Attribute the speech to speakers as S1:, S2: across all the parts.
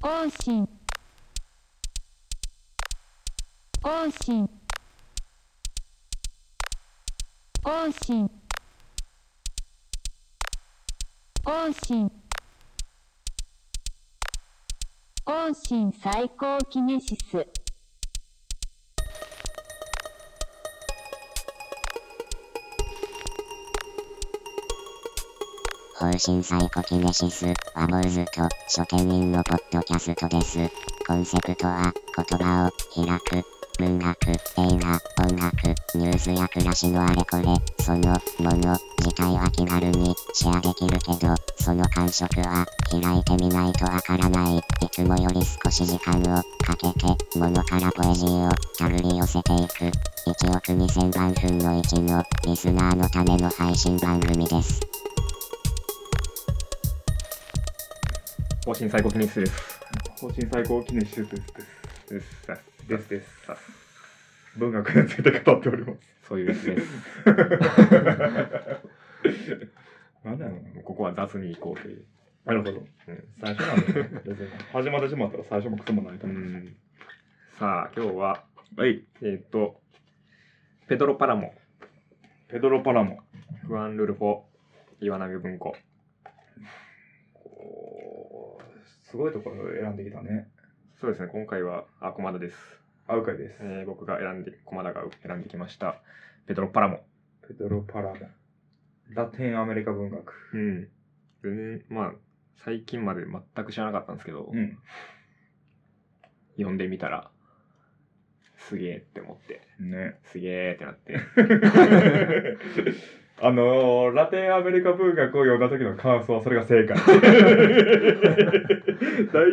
S1: 更新更新更新更新更新最高キネシス
S2: 更新サイコキネシス、ワモーズと書店員のポッドキャストです。コンセプトは、言葉を開く、文学、映画、音楽、ニュースや暮らしのあれこれ、そのもの自体は気軽にシェアできるけど、その感触は開いてみないとわからない。いつもより少し時間をかけて、物からポエジーをたぐり寄せていく。1億2000万分の1のリスナーのための配信番組です。
S3: 更新最高記念室です。
S4: 更新最高記念手術です。
S3: ですさ
S4: ですです。文学について語っております。
S3: そういうやつです。
S4: なんだろう
S3: もうここは雑に行こうという。
S4: な。なるほど。最初なんだ ね。別に始まってしまったら最初もクソもないと
S3: う
S4: 思う。
S3: ん、さあ、今日は、はい、えっ、と、ペドロ・パラモ、
S4: ペドロ・パラモ。
S3: フアン・ルルフォ、岩波文庫。
S4: おーすごいところを選んできたね。
S3: そうですね、今回は、あ、駒田です。
S4: アウカイです。
S3: えー僕が選んで、駒田が選んできました。ペドロ・パラモ。
S4: ペドロ・パラモ。ラテンアメリカ文学。
S3: うん。全然、まあ、最近まで全く知らなかったんですけど、
S4: うん。
S3: 読んでみたら、すげえって思って、
S4: ね。
S3: すげえってな って。
S4: あのー、ラテンアメリカ文学を読んだ時の感想はそれが正 解。大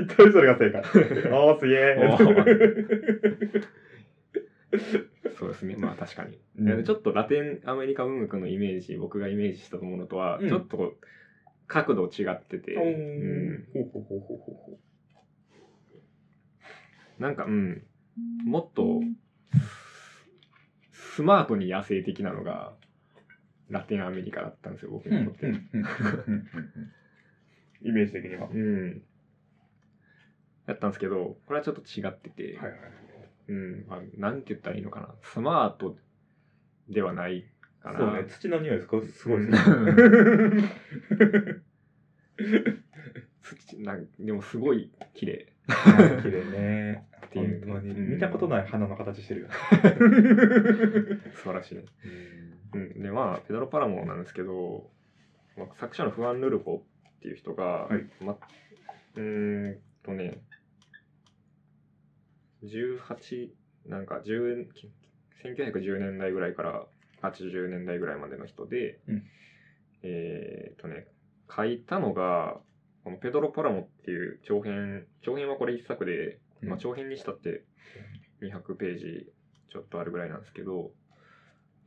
S4: 体それが正解。おーすげ
S3: お
S4: え。
S3: そうですね、まあ確かに。
S4: うん
S3: ちょっとラテンアメリカ文学のイメージ、僕がイメージしたものとは、
S4: うん
S3: ちょっとこう角度違ってて、
S4: おー
S3: うん
S4: ほうほうほうほうほうほ
S3: なんか、うん、もっとスマートに野生的なのが、ラテンアメリカだったんですよ、僕
S4: う。
S3: にとって。
S4: イメージ的には。は
S3: うん。だったんですけど、これはちょっと違ってて、
S4: いはい。
S3: うん、まあ、なんて言ったらいいのかな、スマートではないかな。
S4: そうね、土の匂いですかすごいです
S3: う
S4: ね。
S3: 土なんでもすごい綺麗
S4: 綺麗ね。
S3: っていう
S4: 本当
S3: う
S4: に
S3: ん
S4: 見たことない花の形してるよね。
S3: 素晴らしい、うん、でまあペドロ・パラモなんですけど、まあ、作者のフアン・ルルフォっていう人が、
S4: はい
S3: ま、うーんとね18なんか10 1910年代ぐらいから80年代ぐらいまでの人で、
S4: うん
S3: えーっとね書いたのがこのペドロ・パラモっていう長編長編はこれ一作で、まあ、長編にしたって200ページちょっとあるぐらいなんですけど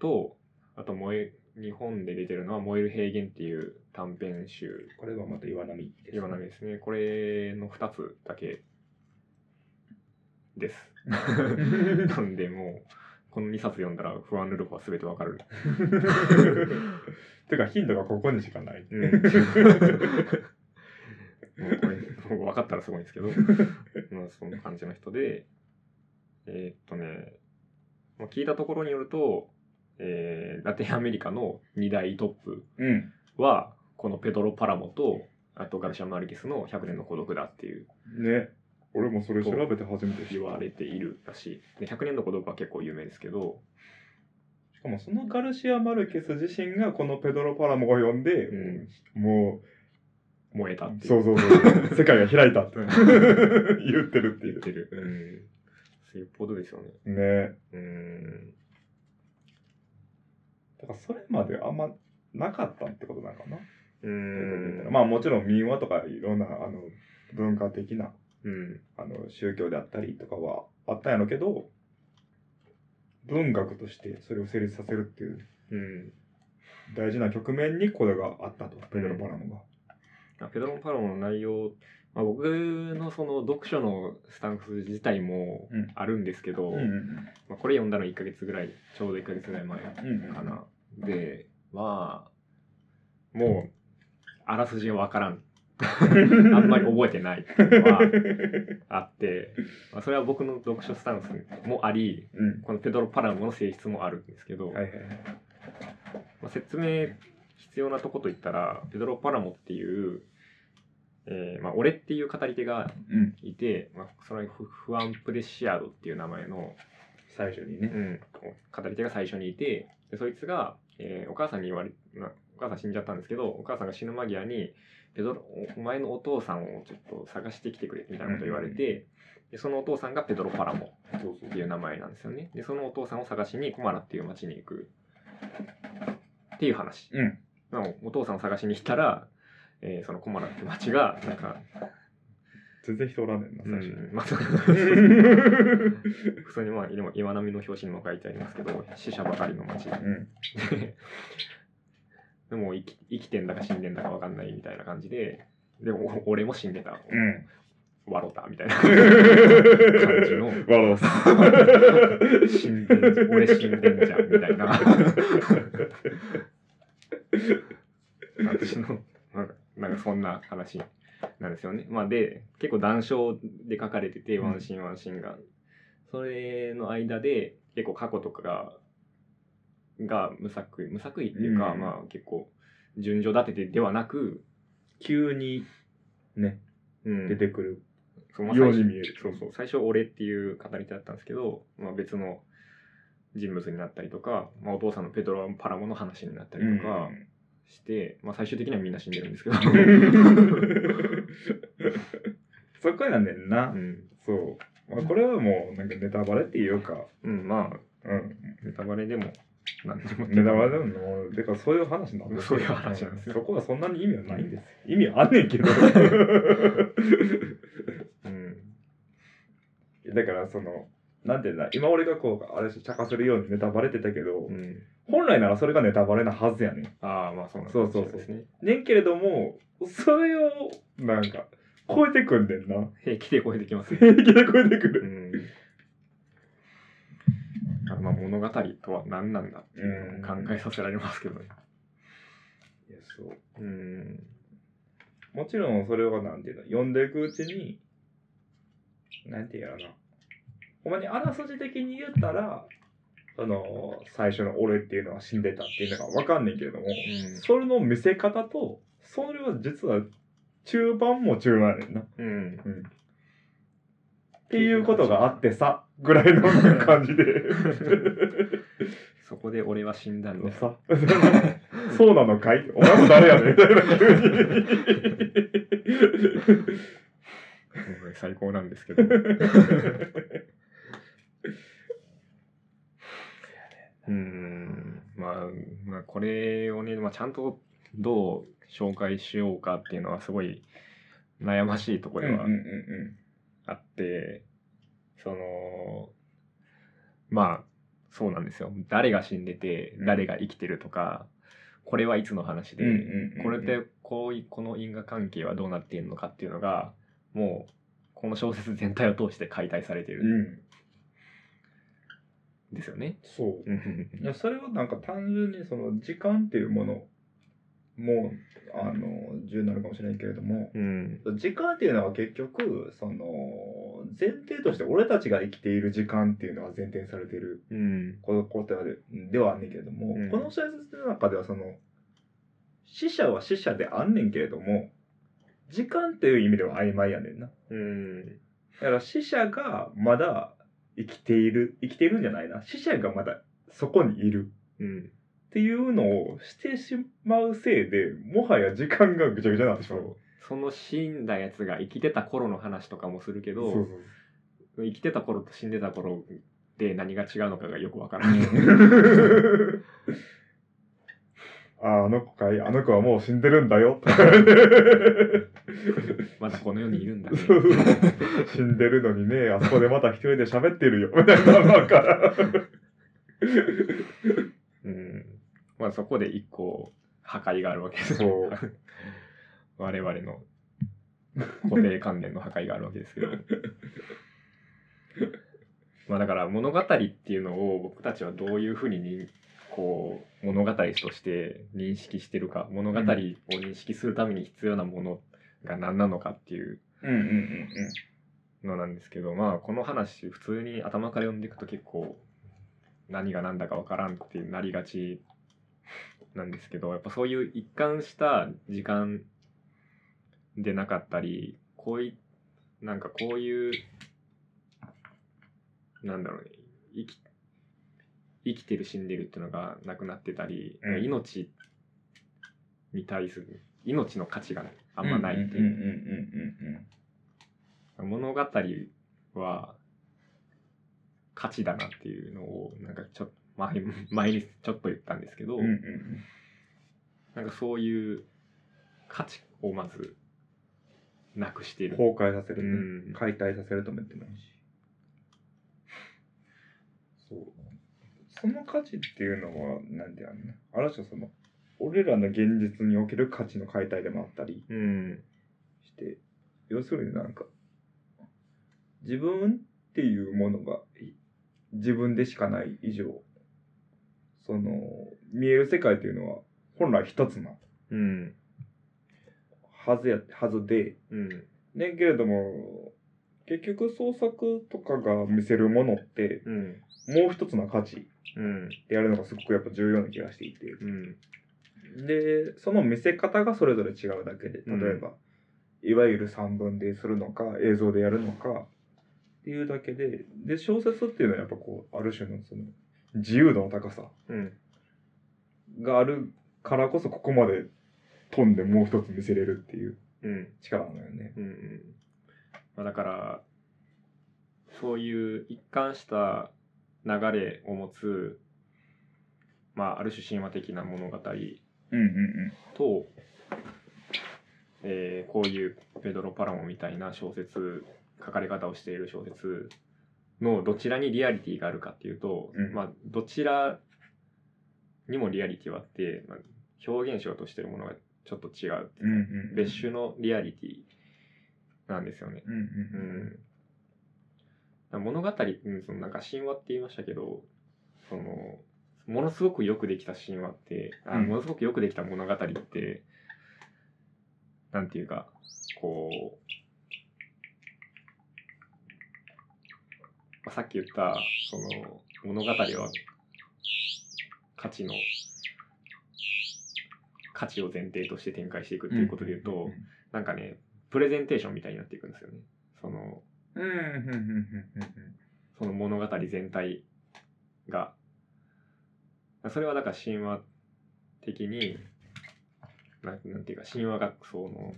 S3: とあと燃え日本で出てるのは「燃える平原」っていう短編集
S4: これはまた岩波です、
S3: 今のですねこれの2つだけです なんでもうこの2冊読んだら不安ルルフは全てわかる、
S4: てか頻度がここにしかない。
S3: うん、もうこれ分かったらすごいんですけど、まあ、そんな感じの人でえーっとね、まあ、聞いたところによると、えーラテンアメリカの2大トップ
S4: うん。
S3: はこのペドロ・パラモとあとガルシア・マルケスの「100年の孤独」だっていう
S4: ね。俺もそれ調べて初めて知
S3: 言
S4: った
S3: われているらしい。で100年の孤独は結構有名ですけど、
S4: しかもそのガルシア・マルケス自身がこのペドロ・パラモを読んで、
S3: うん
S4: も
S3: 燃えたっ
S4: う、
S3: てい
S4: そううそうそう、世界が開いたって 言ってるってい
S3: 言っ
S4: う。
S3: てる。うん。よっぽどですよね。
S4: ね
S3: うん。
S4: だからそれまであんまなかったってことなのかな。
S3: う
S4: まあもちろん民話とかいろんなあの文化的な
S3: うん。
S4: あの宗教であったりとかはあったんやろうけど、文学としてそれを成立させるっていう
S3: うん。
S4: 大事な局面にこれがあったと、ペドロ・パラモが。
S3: あペドロン・パロの内容、まあ、僕のその読書のスタンス自体も
S4: うん
S3: あるんですけど、
S4: うん
S3: まあ、これ読んだの1ヶ月ぐらい、ちょうど1ヶ月ぐらい前
S4: うんうん
S3: か な。で、まあ、もう、あらすじがわからん。あんまり覚えてないっていうのは あって、まあ、それは僕の読書スタンスもあり、
S4: うん。
S3: このペドロ・パラモの性質もあるんですけど、
S4: はいはいはい。
S3: まあ、説明必要なとこといったら、ペドロ・パラモっていう、えーまあ、俺っていう語り手が
S4: うん。
S3: いて、まあ、それはフフアン・プデシアードっていう名前の、
S4: 最初に
S3: う
S4: ね。
S3: ん、語り手が最初にいて、でそいつが、えーお母さんに言われ、まあお母さん死んじゃったんですけど、お母さんが死ぬ間際に、ペドロ、おお前のお父さんをちょっと探してきてくれ、みたいなことを言われて、でそのお父さんがペドロ・パラモ
S4: そうそう
S3: っていう名前なんですよね。で、そのお父さんを探しにコマラっていう町に行くっていう話。
S4: うん。
S3: なおお父さんを探しに行ったら、えーそのコマラって町が、なんか、
S4: 全然人おらんねんな、
S3: う
S4: 最初
S3: ん、まあ、
S4: に。
S3: 普通にまあ今岩波の表紙にも書いてありますけど死者ばかりの街
S4: うん。
S3: でも生き生きてんだか死んでんだかわかんないみたいな感じででもお俺も死んでた
S4: うん。
S3: 笑ったみたいな
S4: 感
S3: じの
S4: わろす。
S3: 死んでんじゃん俺死んでんじゃんみたいな私のなんかなんかそんな話なんですよねまあで結構談笑で書かれててワンシーンワンシーンがそれの間で結構過去とかがが無作為無作為っていうか、
S4: うん
S3: まあ結構順序立ててではなく、
S4: 急にね、
S3: うん
S4: 出てくる。
S3: そうまあ
S4: よう
S3: 最
S4: に
S3: 初
S4: 見える
S3: そうそう最初俺っていう語り手だったんですけど、まあ、別の人物になったりとか、まあ、お父さんのペトロ・パラモの話になったりとかして、まあ、最終的にはみんな死んでるん ですけど、
S4: そこやねんな
S3: う。ん
S4: そう。まあ、これはもう、なんかネタバレっていうか、
S3: うん、まあ
S4: うん。
S3: ネタバレでも何でも
S4: ネタバレでも、てかそういう話なんです
S3: そういう話なんですよ
S4: そこはそんなに意味はないんですよ。意味あんねん けど。
S3: うん
S4: だから、その、なんていうんだ、今俺がこう、あれし、茶化するようにネタバレってたけど、
S3: うん、
S4: 本来ならそれがネタバレなはずやねん。
S3: ああまあそうなん
S4: そうそうそう
S3: ですね
S4: ねんけれども、それを、なんか、超えてくんでんな。
S3: 平気で超えてき ます、
S4: 平気で超えてく
S3: う
S4: る。
S3: んあまあ物語とは何なんだっていうのを考えさせられますけどね。
S4: いや、そう。
S3: うん。
S4: もちろんそれはなんていうの、読んでいくうちに、なんていうのかな。ほんまにあらすじ的に言ったら、その、最初の俺っていうのは死んでたっていうのがわかんねんけれども、それの見せ方と、それは実は中盤も中盤やねんな。っ
S3: うん。うん
S4: ていうことがあってさ、ぐらいの感 じで。
S3: そこで俺は死んだんだよ。
S4: さそうなのかいお前も誰やねんみたいな急に。
S3: うん最高なんですけ ど。うん。まあ、まあ、これをね、まあ、ちゃんとどう紹介しようかっていうのはすごい悩ましいとこ
S4: こ
S3: ろでは
S4: うんうんうん
S3: あって、その、まあ、そうなんですよ。誰が死んでて、誰が生きてるとか、これはいつの話で、
S4: うんうんうんうん
S3: これでこういこの因果関係はどうなっているのかっていうのがもうこの小説全体を通して解体されてるん
S4: うん、
S3: ですよね。
S4: そう
S3: うん
S4: いやそれはなんか単純にその時間っていうものもあの重要になるかもしれないけれども
S3: うん
S4: 時間っていうのは結局その前提として俺たちが生きている時間っていうのは前提にされている
S3: うん
S4: ことことでではあんねんけれども、
S3: うん
S4: この小説の中ではその死者は死者であんねんけれども時間っていう意味では曖昧やねんな。
S3: うん
S4: だから死者がまだ生きている生きているんじゃないな死者がまだそこにいる
S3: うん
S4: っていうのをしてしまうせいでもはや時間がぐちゃぐちゃになってし
S3: そ
S4: まう
S3: うその死んだやつが生きてた頃の話とかもするけ
S4: そ
S3: ど
S4: うそう
S3: 生きてた頃と死んでた頃で何が違うのかがよくわからない。
S4: あああの子かいあの子はもう死んでるんだよ
S3: まだこの世にいるんだ ね。
S4: 死んでるのにねあそこでまた一人で喋ってるよみたいなのから
S3: うんまあそこで一個破壊があるわけです
S4: そ
S3: よ
S4: う
S3: 我々の固定観念の破壊があるわけですけど まあだから物語っていうのを僕たちはどういうふうににこう物語として認識してるか物語を認識するために必要なものが何なのかっていう
S4: うんうんうん
S3: のなんですけどまあこの話普通に頭から読んでいくと結構何が何だか分からんってなりがちなんですけどやっぱそういう一貫した時間でなかったりこういなんかこういうなんだろうね生き生きてる死んでるっていうのがなくなってたり、
S4: うん
S3: 命に対する命の価値があ
S4: あ
S3: んまないっていう
S4: うんうんうんうんうん
S3: 物語は価値だなっていうのをなんかちょ前前にちょっと言ったんですけど、
S4: うんうんうん
S3: なんかそういう価値をまずなくしている。
S4: 崩壊させ
S3: う
S4: るね、
S3: ん、
S4: 解体させるとも言ってもいいしそうその価値っていうのは何であんねある種その俺らの現実における価値の解体でもあったり
S3: うん、
S4: して要するになんか自分っていうものがい自分でしかない以上その見える世界というのは本来一つの
S3: うん、
S4: はずやはずで、
S3: うん、
S4: ねけれども結局創作とかが見せるものって
S3: うん、
S4: もう一つの価値
S3: うん、
S4: でやるのがすごくやっぱ重要な気がしていて
S3: うん、
S4: でその見せ方がそれぞれ違うだけで
S3: うん
S4: 例えば、いわゆる散文でするのか映像でやるのかっていうだけでで小説っていうのはやっぱこうある種のその自由度の高さ
S3: うん、
S4: があるからこそここまで飛んでもう一つ見せれるっていう
S3: うん。
S4: 力なのよね。
S3: うんうんまあ、だからそういう一貫した流れを持つ、まあ、ある種神話的な物語
S4: うんうんうん
S3: と、えーこういうペドロ・パラモみたいな小説書かれ方をしている小説のどちらにリアリティがあるかっていうと、
S4: うん
S3: まあ、どちらにもリアリティはあって、まあ、表現しようとしているものがちょっと違うっていううんか
S4: うん
S3: 別種のリアリティなんですよね。
S4: うんうん
S3: う
S4: うん
S3: ん、物語ってそのなんか神話って言いましたけどそのものすごくよくできた神話ってあ
S4: うん
S3: ものすごくよくできた物語って、なんていうかこう、まあ、さっき言ったその物語は価値の価値を前提として展開していくっていうことで言うと、なんかね、プレゼンテーションみたいになっていくんですよね。その、
S4: うんうんうんうんうん
S3: その物語全体が。それはだから神話的に、ななんていうか、神話がその、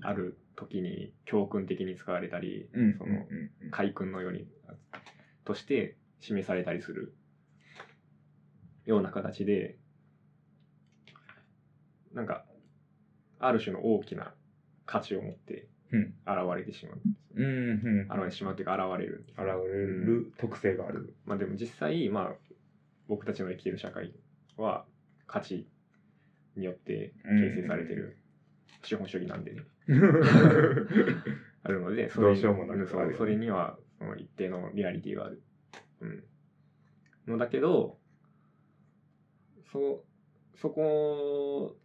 S3: ある時に教訓的に使われたり、
S4: うんうん
S3: その、海訓のように、として示されたりするような形で、なんか、ある種の大きな価値を持って
S4: うん
S3: 現れてしまう。
S4: うんうんうん
S3: 現れてしまうというか現れるんです
S4: 現れる特性がある
S3: まあでも実際まあ僕たちの生きている社会は価値によって形成されている資本主義なんでね、あるのでそれ
S4: どうしようもなく
S3: んそ
S4: あるよね
S3: それにはその一定のリアリティがある、うん、のだけどそそこ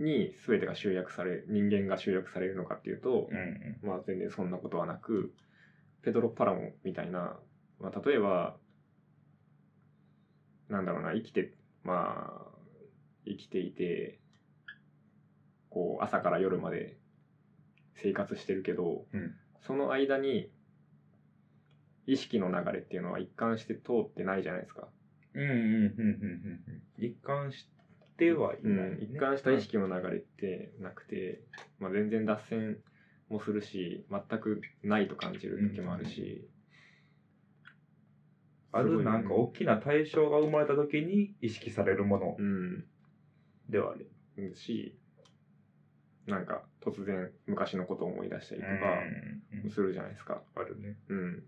S3: に全てが集約され人間が集約されるのかっていうと、
S4: うん
S3: まあ、全然そんなことはなくペドロ・パラモみたいな、まあ、例えばなんだろうな生きてまあ生きていてこう朝から夜まで生活してるけど、
S4: うん
S3: その間に意識の流れっていうのは一貫して通ってないじゃないですか、
S4: うんうんうんうんうん一貫してはいない、ね
S3: 一貫した意識の流れってなくて、まあ、全然脱線もするし全くないと感じる時もあるし、
S4: あ
S3: すご
S4: る
S3: いね
S4: なんか大きな対象が生まれた時に意識されるもの
S3: うん、
S4: ではある
S3: しなんか突然昔のことを思い出したり
S4: と
S3: と
S4: か
S3: かするじゃないですか。
S4: あるね
S3: うん、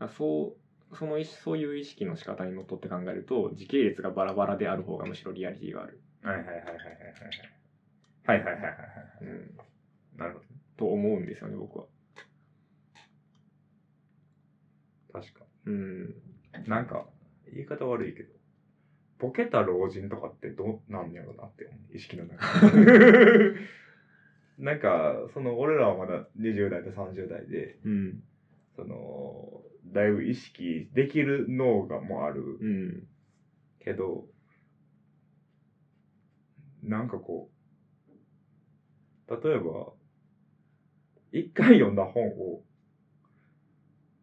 S3: あそうその意そういう意識の仕方にのっとって考えると時系列がバラバラである方がむしろリアリティがある、
S4: はいはいはいはいはいはいはいはいはいはい
S3: うん、
S4: なるほ
S3: と思うんですよね僕は。
S4: ど確か
S3: うん、
S4: なんか言い方悪いけどボケた老人とかってどうなんやろうなって思う意識の中なんか、その、俺らはまだ20代と30代で、
S3: うん。
S4: その、だいぶ意識できる脳がもうある
S3: うん。
S4: けど、なんかこう、例えば、一回読んだ本を、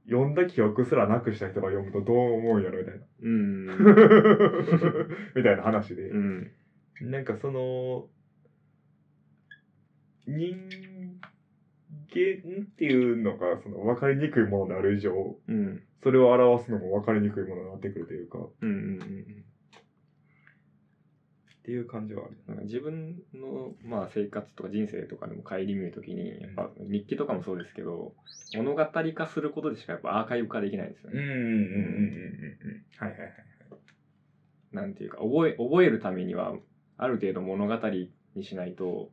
S4: 読んだ記憶すらなくした人が読むとどう思うんやろみたいな。
S3: うん。
S4: みたいな話で。
S3: うん。
S4: なんかその人間っていうのがその分かりにくいものである以上
S3: うん。
S4: それを表すのも分かりにくいものになってくるというかっ
S3: うん。うん。
S4: ていう感じはある。
S3: なんか自分の、まあ、生活とか人生とかでも顧みるときに、やっぱ日記とかもそうですけど、物語化することでしかやっぱアーカイブ化できないんですよ
S4: うん
S3: ね。
S4: うんうんうんうん。はいはいはい。
S3: なんていうか、覚え、覚えるためには、ある程度物語にしないと、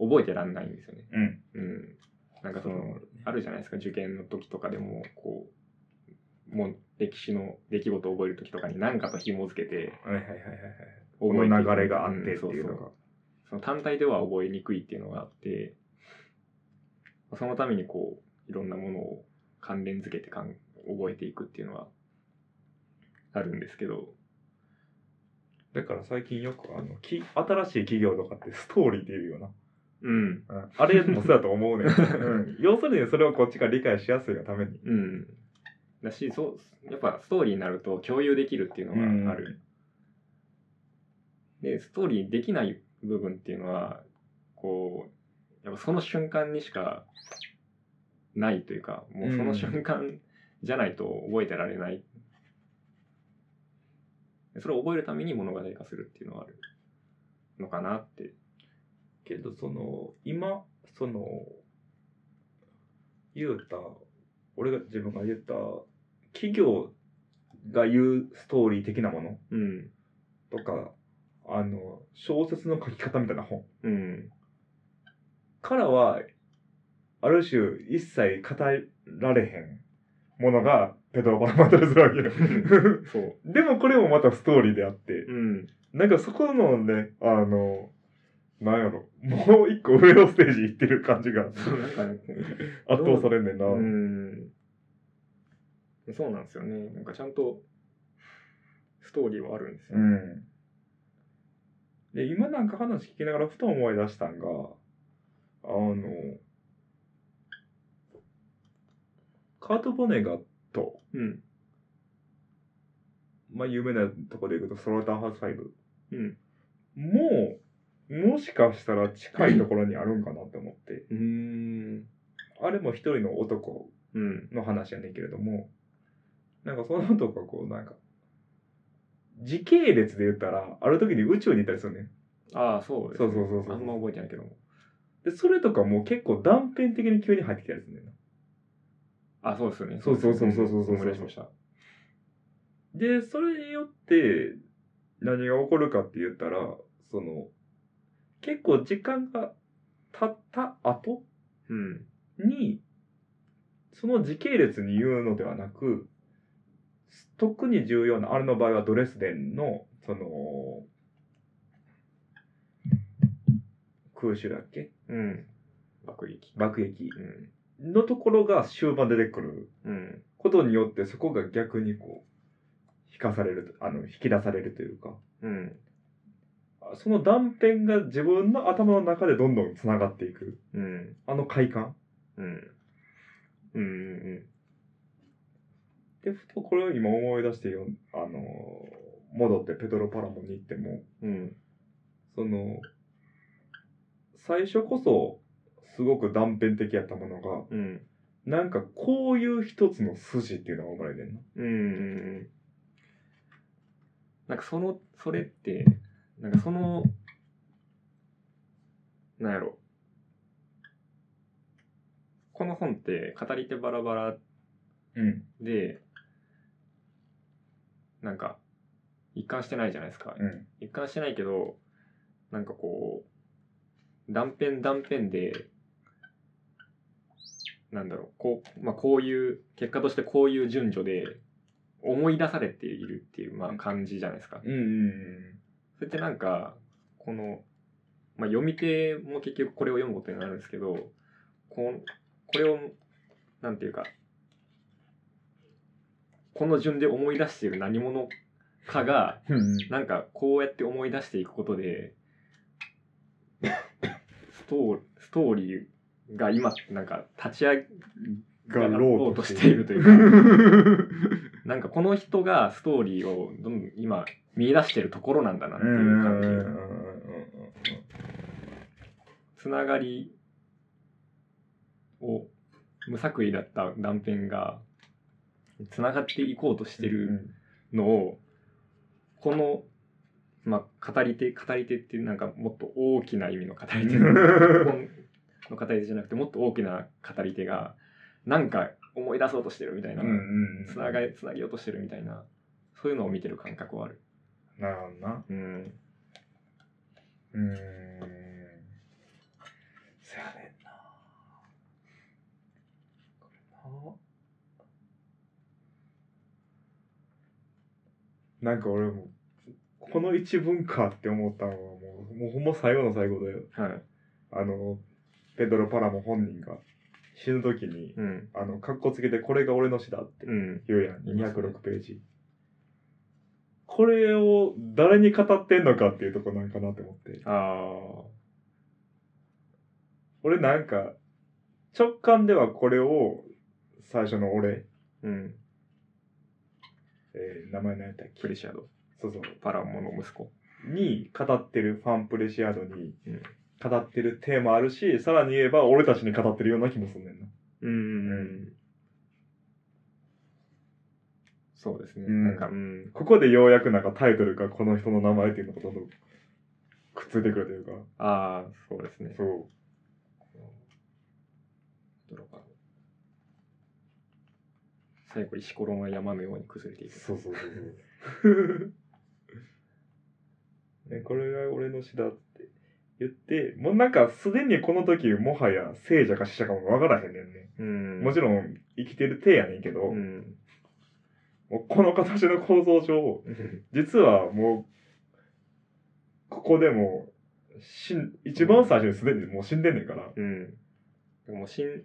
S3: 覚えてらんないんですよね。
S4: うん。
S3: うん。なんかその、あるじゃないですか、受験の時とかでも、こう、もう歴史の出来事を覚える時とかに何かと紐付けて、
S4: はいはいはいはいはい。こ
S3: 覚えてい
S4: の
S3: く
S4: 流れがあってっていうん
S3: そ
S4: の
S3: そ
S4: が。
S3: その単体では覚えにくいっていうのがあって、そのためにこう、いろんなものを関連付けてかん覚えていくっていうのはあるんですけど、
S4: だから最近よくあのき新しい企業とかってストーリーっていうような。
S3: うん、
S4: うんあれもそうだと思 うねん、うん。要するにそれをこっちが理解しやすいがために。
S3: うん。だし、そう、やっぱストーリーになると共有できるっていうのがある。で、ストーリーできない部分っていうのは、こう、やっぱその瞬間にしかないというか、もうその瞬間じゃないと覚えてられない。それを覚えるために物語化するっていうのはあるのかなって。
S4: けどその今その言うた俺が自分が言った企業が言うストーリー的なもの
S3: うん。
S4: とかあの小説の書き方みたいな本
S3: うん。
S4: からはある種一切語られへんものがペドロバラマトルするわけよ
S3: そう。
S4: でもこれもまたストーリーであって
S3: うん。
S4: なんかそこのねあのなんやろもう一個上のステージ行ってる 感じが
S3: そうなんかね、
S4: 圧倒されんねんな。
S3: うん。そうなんですよね。なんかちゃんとストーリーはあるんですよ。
S4: ん。で、今なんか話聞きながらふと思い出したんが、あの、カート・ボネガット、
S3: うん。
S4: まあ有名なとこで言うと、ソロタンハウス5。
S3: うん。
S4: もう、もしかしたら近いところにあるんかなって思って。
S3: うん。
S4: あれも一人の男
S3: うん。
S4: の話やねんけれども、なんかその男がこう、なんか、時系列で言ったら、ある時に宇宙に行ったりするねん。
S3: ああ、そうです、
S4: そうそうそうそう
S3: あんま覚えてないけども。
S4: で、それとかもう結構断片的に急に入ってきたりするんだよな。
S3: あそうですよね。
S4: そうそうそうそうそうそうそう
S3: 思い出しました。
S4: で、それによって何が起こるかって言ったら、その、結構時間が経った後
S3: うん。
S4: に、その時系列に言うのではなく、特に重要な、あれの場合はドレスデンの、その、空襲だっけ
S3: うん。爆撃。
S4: 爆撃
S3: うん。
S4: のところが終盤出てくる
S3: うん。
S4: ことによってそこが逆にこう引かされるとあの引き出されるというか
S3: うん。
S4: あその断片が自分の頭の中でどんどんつながっていく
S3: うん。
S4: あの快感
S3: うん。うん。うん。
S4: でふとこれを今思い出してよ、あのー戻ってペドロ・パラモに行っても
S3: うん。
S4: その最初こそすごく断片的やったものが
S3: うん。
S4: なんかこういう一つの筋っていうのが生まれてんの
S3: うんうんうん。なんかその、それって、なんかその、なんやろ。この本って語り手バラバラ
S4: うん
S3: で、なんか、一貫してないじゃないですか。
S4: うん
S3: 一貫してないけど、なんかこう、断片断片で、なんだろう、こう、まあこういう、結果としてこういう順序で思い出されているっていう、まあ感じじゃないですか。
S4: うんうん
S3: それってなんか、このまあ、読み手も結局これを読むことになるんですけどこんこれをなんていうかこの順で思い出している何者かが
S4: うん
S3: なんかこうやって思い出していくことでストーストーリーが今なんか立ち上がろうとしているというかなんかこの人がストーリーをどんどん今見出してるところなんだなっていう感じ。つながりを無作為だった断片がつながっていこうとしてるのをこの、まあ、語り手語り手っていうなんかもっと大きな意味の語り 手本の語り手じゃなくてもっと大きな語り手がなんか思い出そうとしてるみたいな、つながつなげようとしてるみたいなそういうのを見てる感覚はある。
S4: なるほどな。
S3: うん、
S4: うーん。せやねんな。これな。なんか俺も、この一文かって思ったのはもう、もうほんま最後の最後だよ。
S3: はい
S4: あの、ペドロ・パラモ本人が死ぬ時に、
S3: うん
S4: あの、格好つけてこれが俺の死だって
S3: うん
S4: 言うやん、
S3: 言いますね
S4: 206ページ。これを誰に語ってんのかっていうとこなんかなって思って。
S3: あー
S4: 俺なんか、直感ではこれを最初の俺、
S3: うん、
S4: えー名前何やったっけ
S3: プレシャド
S4: そうそう。
S3: パラモの息子。
S4: に語ってるファンプレシアードに
S3: うん
S4: 語ってるテーマあるし、さらに言えば俺たちに語ってるような気もすんねんな。
S3: うんそうですね。
S4: うん
S3: なんか、うん。
S4: ここでようやくなんかタイトルがこの人の名前っていうのがどんどんくっついてくるというか。
S3: ああ、そうですね。
S4: そう。
S3: ドラゴン最後、石ころが山のように崩れていく。
S4: そうそうそうそう。 ね、これが俺の詩だって言って、もうなんかすでにこの時もはや聖者か死者かもわからへんねんね。
S3: うん。
S4: もちろん生きてる手やねんけど、
S3: うん。
S4: もうこの形の構造上、実はもう、ここでもう死ん、一番最初にすでにもう死んでんねんから。
S3: うん。もう死ん、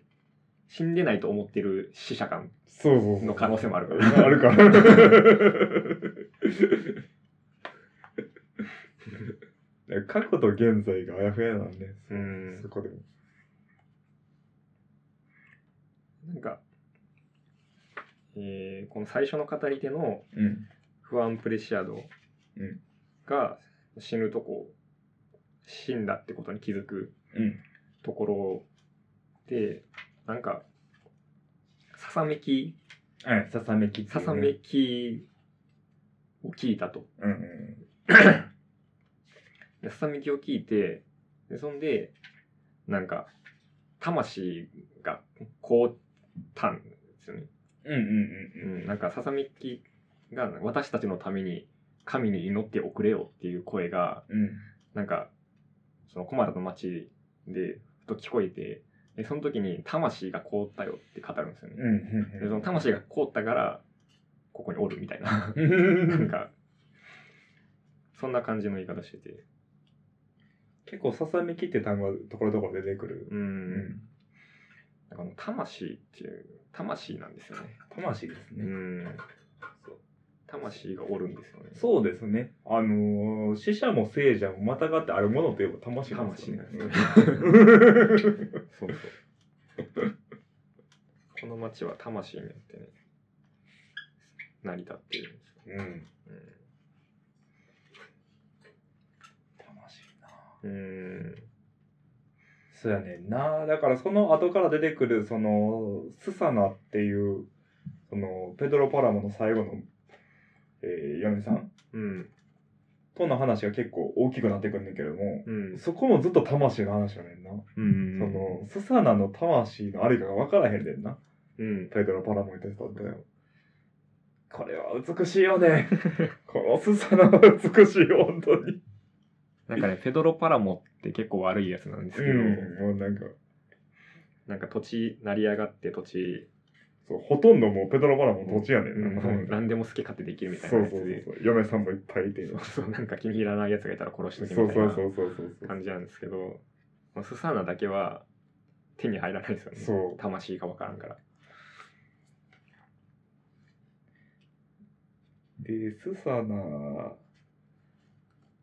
S3: 死んでないと思ってる死者感
S4: そうそうそう。
S3: の可能性もあるか
S4: あ
S3: ら。
S4: るから。過去と現在があやふやなんで、
S3: うん
S4: そこでも。
S3: なんか、えー、この最初の語り手の
S4: うん。
S3: フアン・プレシアドが死ぬとこ死んだってことに気づく
S4: うん。
S3: ところでなんかささめき
S4: はい、ささめきっていう
S3: さ
S4: ね
S3: さめきを聞いたと
S4: うんうん。
S3: でささめきを聞いてでそんでなんか魂が凍ったんですよね、
S4: うん
S3: う
S4: うん
S3: ん、なんかささめきが私たちのために神に祈っておくれよっていう声が
S4: うんうん。
S3: なんか、その駒田の町で、ふと聞こえて、で、その時に、魂が凍ったよって語るんですよね。
S4: う
S3: で、
S4: ん。
S3: その魂が凍ったから、ここにおるみたいな
S4: うんう
S3: なん
S4: ん。
S3: か、そんな感じの言い方してて。
S4: 結構ささめきって単語がところどころ出てくる。
S3: う。
S4: うん
S3: なんかあの、魂っていう、魂なんですよね。
S4: 魂です
S3: う。ん。
S4: そう
S3: 魂がおるんですよね。
S4: そうですね。あのー、死者も聖者もまたがってあるものといえば魂なんですよね
S3: 魂なんで
S4: うん
S3: そうそう。 この町は魂によってね、成り立っているんですよ。
S4: う
S3: う
S4: ん。
S3: ん
S4: 魂な
S3: うん。
S4: そうやねんな。だからその後から出てくる、その、スサナっていう、その、ペドロ・パラモの最後の、えー、嫁さん
S3: うん。
S4: との話が結構大きくなってくるんだけども、
S3: うん。
S4: そこもずっと魂の話やねんな。
S3: うん
S4: その、スサナの魂のありかが分からへんねんな。
S3: うん。
S4: ペドロ・パラモに対してだったよ。これは美しいよね。 このスサナは美しい、本当に。
S3: なんかね、ペドロ・パラモって結構悪いやつなんですけど、
S4: もうなんか、
S3: なんか土地成り上がって土地
S5: そうほとんどもうペドロ・パラモン土地やね
S3: うん
S5: な、
S3: ん、何でも好き勝手できるみたい
S5: そ
S3: な
S5: う
S3: やつ
S5: そう
S3: で
S5: そう嫁さんもいっぱいいて
S3: そう そうなんか気に入らないやつがいたら殺し
S5: そ
S3: と
S5: う
S3: け
S5: そう
S3: みたい
S5: そ
S3: な
S5: うそうそうそう
S3: 感じなんですけどまあスサーナだけは手に入らないですよね
S5: そう
S3: 魂がわからんから
S4: で、スサナ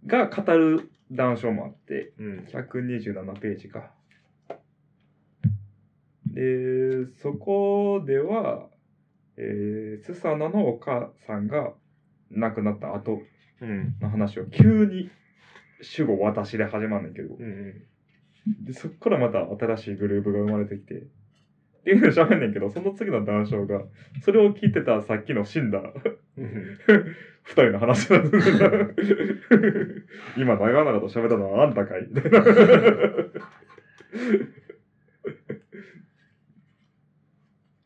S4: が語る談笑もあって、
S3: うん
S4: 127ページか。で、そこでは、えースサナのお母さんが亡くなった後
S3: うん
S4: の話を急に主語私で始まるんだけど、
S3: うんうん
S4: でそっからまた新しいグループが生まれてきて、っていうふうに喋んねんけど、その次の談笑が、それを聞いてたさっきの死んだ
S3: うん
S4: 二人の話なんですけど今長々と喋ったのはあんたかいみたいな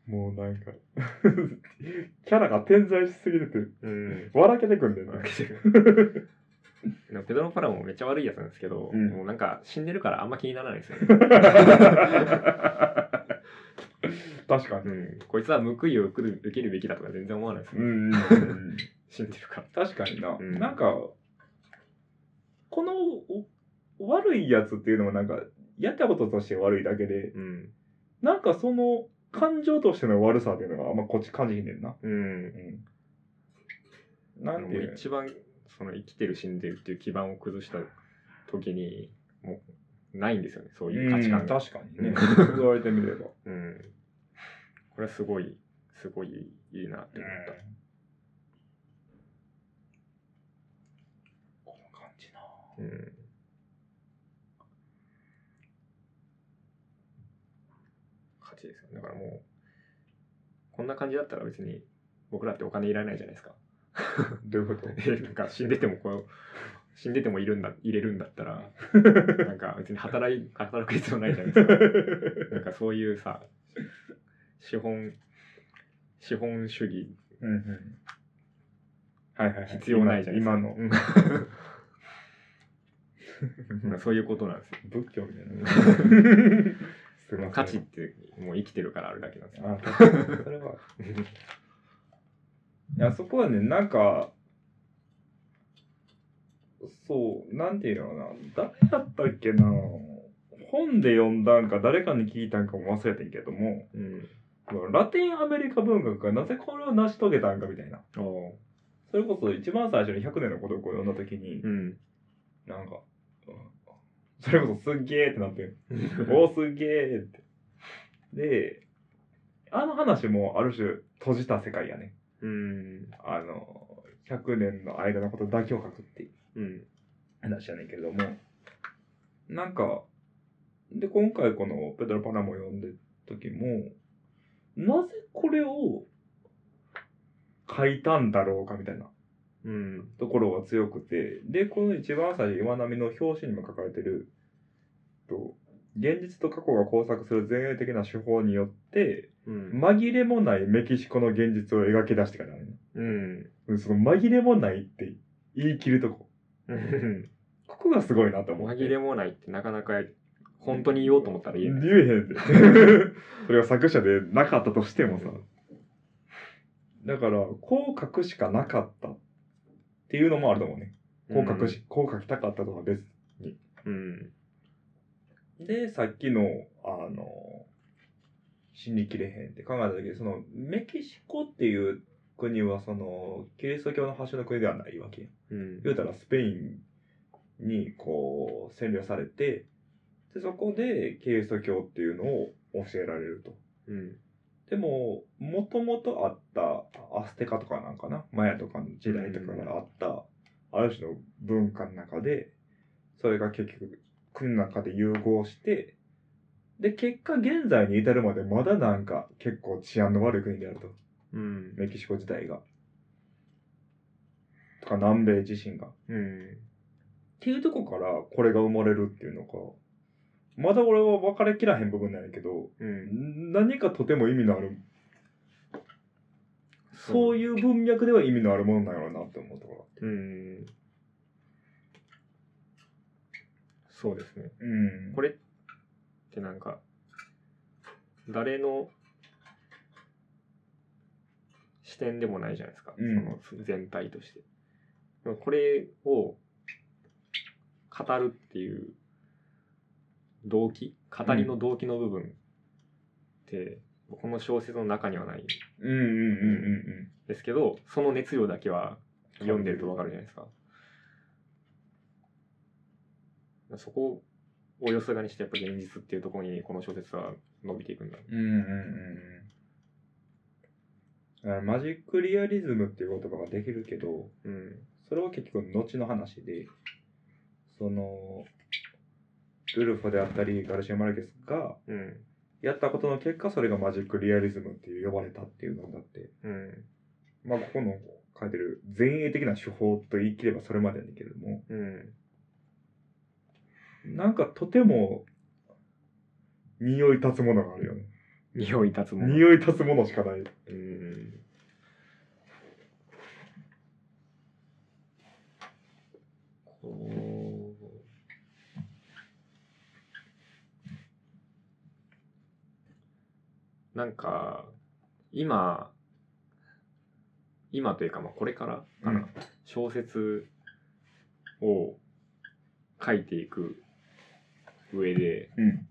S4: もうなんかキャラが点在しすぎてて
S3: うん
S4: 笑けてくんだよ
S3: わ
S4: ね
S3: けででもペドロ・パラもめっちゃ悪いやつなんですけど、
S4: うん
S3: もうなんか死んでるからあんま気にならないですよ ね、
S4: 確かに
S3: うん、こいつは報いを受ける受けるべきだとか全然思わないですね、
S4: うん
S3: 死んでるから
S4: 確かにな、
S3: うん
S4: なんかこのお悪いやつっていうのもなんかやったこととして悪いだけで
S3: うん
S4: なんかその感情としての悪さっていうのがあんまこっち感じひんねんな。
S3: うん
S4: うん。なんて
S3: も
S4: いうう
S3: 一番その生きてる死んでるっていう基盤を崩した時にもうないんですよねそういう
S4: 価
S3: 価
S4: 値
S3: 値
S4: 観
S3: 観が、
S4: 確かに
S3: う
S4: ね。
S3: ん
S4: 言われてみれば。
S3: うんこれはすごいすごいいいなって思った、
S4: この感じな。
S3: うん勝ちですよだからもうこんな感じだったら別に僕らってお金いらないじゃないですか
S4: どういうこと
S3: えなんか死んでてもこう死んでてもいるんだ入れるんだったらなんか別に働い働く必要ないじゃないですかなんかそういうさ資本資本主義
S4: うんうん。はいはいはい。
S3: 必要ないじゃないですか
S4: 今今の。
S3: うんそういうことなんですよ
S4: 仏教みたい な。す
S3: 価値ってもう生きてるからあるだけなんですよ
S4: あ、確かに それは。いや、そこはね、なんか、そう、なんていうのかな、誰だったっけな、本で読んだんか、誰かに聞いたんかも忘れてんけども、
S3: うん
S4: ラテンアメリカ文学がなぜこれを成し遂げたんかみたいな。
S3: おう
S4: それこそ一番最初に100年の孤独を読んだ時に、
S3: うん
S4: なんか、うんそれこそすっげーってなってる。
S3: う
S4: おーすっげーって。で、あの話もある種閉じた世界やね。
S3: ん
S4: あの、100年の間のことだけを書くっていう
S3: うん
S4: 話やねんけども、なんか、で、今回このペドロ・パナモを読んでる時も、なぜこれを書いたんだろうかみたいな
S3: うん
S4: ところが強くて、で、この一番最初、岩波の表紙にも書かれてる、と現実と過去が交錯する前衛的な手法によって、
S3: うん
S4: 紛れもないメキシコの現実を描き出してからね。
S3: うん
S4: うんその紛れもないって言い切るとこ。
S3: うん
S4: ここがすごいなと思って。
S3: 紛れもないってなかなか本当に言おうと思ったら言えない
S4: 言えへんで。 それが作者でなかったとしてもさ。だから、こう書くしかなかったっていうのもあると思うね。こう書くし、こう書きたかったとは別。
S3: うん
S4: で、さっきの、あの、死にきれへんって考えた時に、その、メキシコっていう国は、その、キリスト教の発祥の国ではないわけ。
S3: うん
S4: 言うたらスペインにこう占領されてでそこでキリスト教っていうのを教えられると
S3: うん
S4: でももともとあったアステカとかなんかなマヤとかの時代とかがあったある種の文化の中でそれが結局国の中で融合してで結果現在に至るまでまだなんか結構治安の悪い国であると
S3: うん
S4: メキシコ自体がとか南米自身が
S3: うん
S4: っていうとこからこれが生まれるっていうのかまだ俺は分かりきらへん部分なんやけど
S3: うん
S4: 何かとても意味のあるそういう文脈では意味のあるものなんやろうなって思うとこ
S3: うんそうですね
S4: ろうん
S3: こ
S4: こ
S3: れってなんか誰の視点でもないじゃないですか、
S4: うん
S3: その全体として。でもこれを語るっていう動機語りの動機の部分って、この小説の中にはない
S4: うんうんうんうん
S3: ですけどその熱量だけは読んでるとわかるじゃないですか。そこをよすがにしてやっぱ現実っていうところにこの小説は伸びていくんだ。
S4: うんうんうんうんだからマジックリアリズムっていう言葉ができるけど
S3: うん。
S4: それは結局後の話でそのルルフォであったりガルシア・マルケスが
S3: うん。
S4: やったことの結果それがマジックリアリズムっていう呼ばれたっていうのだって
S3: うん。
S4: まあここの書いてる前衛的な手法と言い切ればそれまでやねんけれども
S3: うん。
S4: なんかとても
S5: 匂い立つものがあるよね。
S3: 匂い立つもの。
S5: 匂い立つものしかない。
S3: うん。こうなんか今今というかまあこれからかな、
S4: うん
S3: 小説を書いていく上で,、
S4: うん
S3: で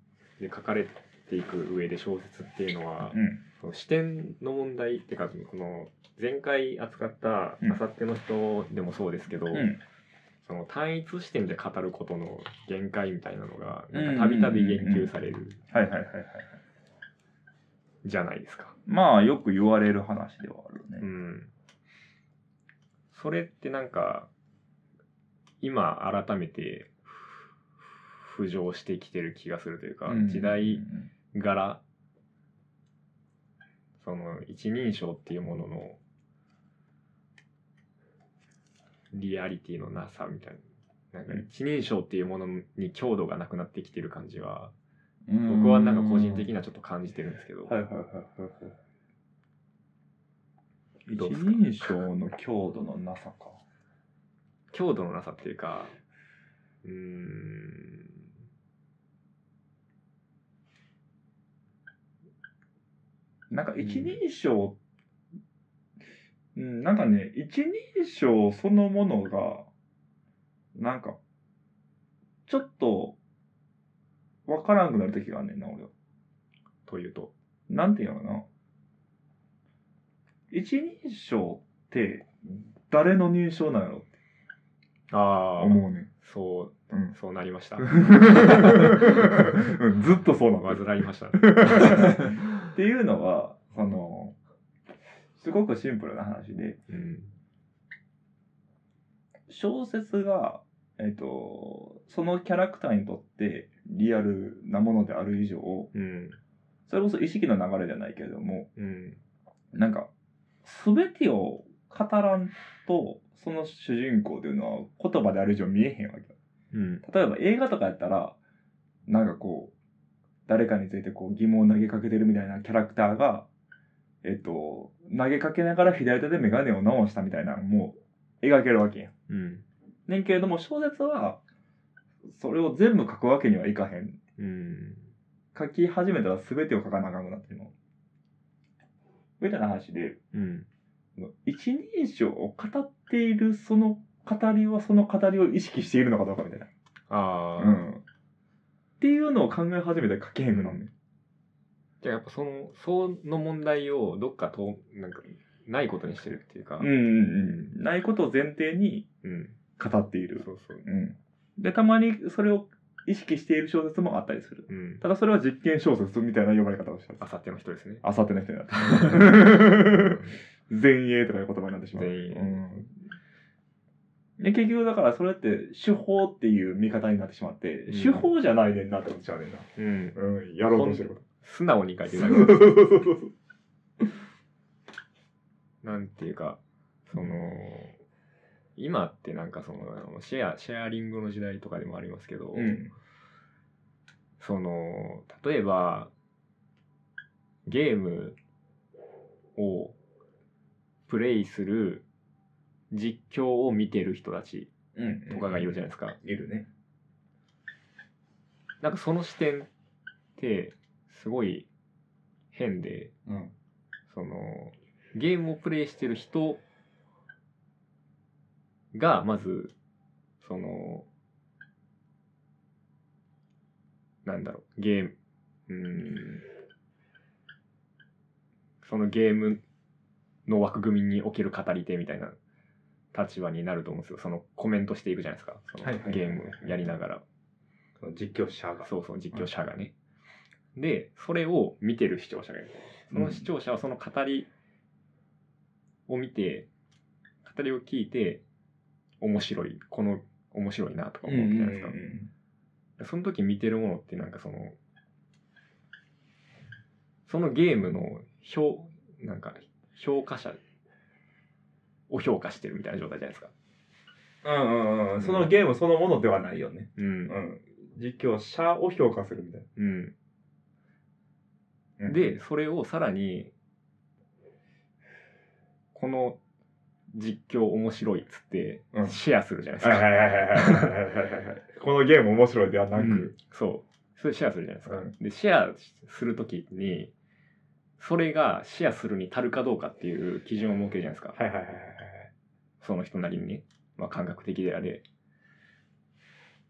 S3: 書かれていく上で小説っていうのは、
S4: うん
S3: その視点の問題っていうかこの前回扱った
S4: う
S3: 「
S4: ん
S3: あさっての人」でもそうですけど、
S4: うん
S3: その単一視点で語ることの限界みたいなのが
S4: うん
S3: たびたび言及される
S4: はいはいはいはい
S3: じゃないですか。
S4: まあよく言われる話ではあるよ
S3: う
S4: ね
S3: ん、それってなんか今改めてふ浮上してきてる気がするというか、時代柄その一人称っていうもののリアリティのなさみたいななんか
S4: うん
S3: 一人称っていうものに強度がなくなってきてる感じは僕はなんか個人的にはちょっと感じてるんですけど、
S4: はいはいはいはいはい一
S3: どうですか
S4: 人称の強度のなさか
S3: 強度のなさっていうかうーん
S4: なんか一人称、うん、なんかね、一人称そのものが、なんか、ちょっと、わからんくなる時があんねんな、俺は。
S3: というと
S4: なんていうのかな。一人称って、誰の認証なんやろって
S3: ああ
S4: 思うね。。
S3: そううん そうなりました
S4: うん ずっとそうなんだ。
S3: 患いましたね
S4: っていうのは、その、すごくシンプルな話で、
S3: うん
S4: 小説が、えっとそのキャラクターにとってリアルなものである以上
S3: うん
S4: それこそ意識の流れじゃないけれども
S3: うん
S4: なんか全てを語らんとその主人公というのは言葉である以上見えへんわけ
S3: うん
S4: 例えば映画とかやったらなんかこう誰かについてこう疑問を投げかけてるみたいなキャラクターが、えっと投げかけながら左手で眼鏡を直したみたいなのも描けるわけやん。
S3: うん
S4: ねんけれども小説はそれを全部書くわけにはいかへん
S3: うん
S4: 書き始めたら全てを書かなあかんくなってるの。みたいな話で
S3: うん
S4: 一人称を語っているその語りはその語りを意識しているのかどうかみたいな。
S3: ああ、
S4: うん、っていうのを考え始めて書けへんくなんねん。
S3: じゃあやっぱそのその問題をどっかとなんかないことにしてるっていうか、
S4: うんうんうん、ないことを前提に
S3: うん
S4: 語っている。
S3: そうそう、
S4: うん、でたまにそれを意識している小説もあったりする。
S3: うん、
S4: ただそれは実験小説みたいな呼ばれ方をしたりする
S3: あさっての人 ですね。
S4: あさっての人になった。前衛とかいう言葉になってしまう。
S3: 前衛
S4: うん、で結局だからそれって手法っていう見方になってしまって、
S3: ん
S4: 手法じゃないねんなって思っちゃうねんな。
S3: うん、
S5: うん、やろうとしてるこ
S3: 素直に書いて
S4: そう
S3: るだ
S4: そう
S3: け
S4: そうそう
S3: なんていうかその今ってなんかそのあのシェアシェアリングの時代とかでもありますけど、
S4: うん
S3: その例えばゲームをプレイする実況を見てる人たち
S4: うん
S3: とかがいるじゃないですか。
S4: いるね。
S3: なんかその視点ってすごい変で、
S4: うん
S3: そのゲームをプレイしてる人が、まず、その、なんだろう、ゲーム、うーん、そのゲームの枠組みにおける語り手みたいな立場になると思うんですよ。そのコメントしていくじゃないですか。その
S4: はいはいはい
S3: ゲームやりながら。
S4: その実況者が。
S3: そうそう、実況者がね。で、それを見てる視聴者がいる。その視聴者はその語りを見て、語りを聞いて、面白い、この面白いなとか
S4: うん
S3: 思
S4: う
S3: うんじ
S4: う
S3: ゃ
S4: ん
S3: ないですか。その時見てるものってなんかその、そのゲームの評、なんか評価者を評価してるみたいな状態じゃないですか。
S4: うんうんうん。そのゲームそのものではないよね。
S3: うん
S4: う。ん。
S5: 実況者を評価するみたい
S3: うん。
S5: な。うん、
S3: で、それをさらに、この実況面白いっつって
S5: うん、
S3: シェアするじゃないです
S5: はいはいは
S3: か。
S5: いはいはいはいはいはい。このゲーム面白いではな
S3: う
S5: く、
S3: んそう。それシェアするじゃないですか。
S5: うん
S3: で、シェアするときに、それがシェアするに足るかどうかっていう基準を設けるじゃないですか。
S5: はいはいはいはい
S3: その人なりにね、まあ、感覚的であれ。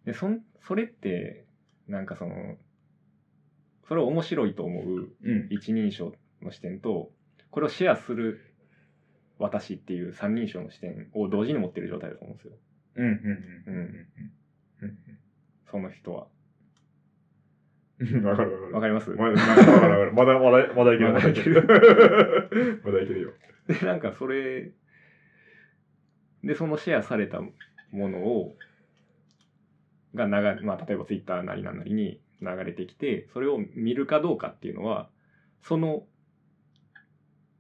S3: で、そん、それって、なんかその、それを面白いと思う
S4: うん。
S3: 一人称の視点とこれをシェアする私っていう三人称の視点を同時に持ってる状態だと思うんですよ
S4: うん
S3: うんその人は
S5: はいうん。わかるわ
S3: わ
S5: かる。
S3: かります
S5: まだわかるわかるまだまだまだいけるまだ
S3: まだ
S5: い
S3: い
S5: け
S3: け
S5: る まだいけるよ。
S3: でなんかそれでそのシェアされたものをが流れ、まあ、例えばツイッターなりなんなりに流れてきてそれを見るかどうかっていうのはその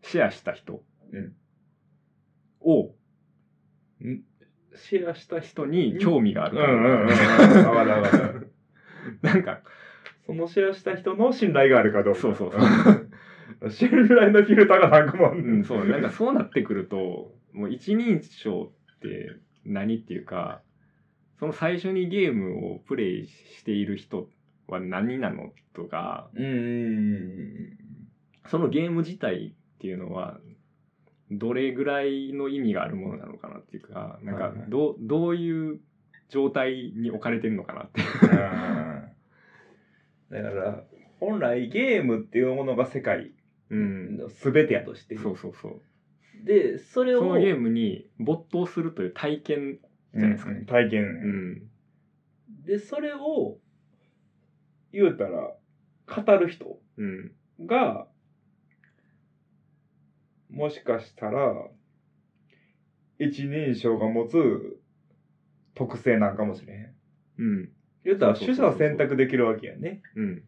S3: シェアした人
S5: うん
S3: を
S4: うん。シェアした
S3: 人
S4: 人。
S3: に興味があ
S4: う
S3: るか
S4: んう
S3: ど
S4: んうん。
S3: うか
S4: わかるわかる。
S3: なんか
S4: そのシェアした人の信
S5: 信
S4: 頼。
S5: 頼があるかどうか。
S3: そうそうそう
S5: うん。 信頼のフィルターが何個もある
S3: うん、そう、なんかそうなってくると、もう一人称って何っていうか、その最初にゲームをプレイしている人は何なのとか、
S4: うんうん
S3: そのゲーム自体っていうのは、どれぐらいの意味があるものなのかなっていうか、なん
S4: は
S3: か
S4: いはい
S3: どう、どういう状態に置かれてるのかな って。
S4: だから、本来ゲームっていうものが世界
S3: うん。
S4: の全てやとして、
S3: そうそうそう。
S4: で、それを、
S3: そのゲームに没頭するという体験じゃないですかね。
S5: 体
S3: う
S5: 験。
S3: ん。
S4: で、それを、言うたら、語る人
S3: うん。
S4: が、もしかしたら、
S5: 一人称が持つ特性なんかもしれへん。
S3: うん。
S4: 言うたら、
S3: そう
S4: 取
S3: そうそ
S4: 捨
S3: うそう
S4: 選択できるわけやね。
S3: うん。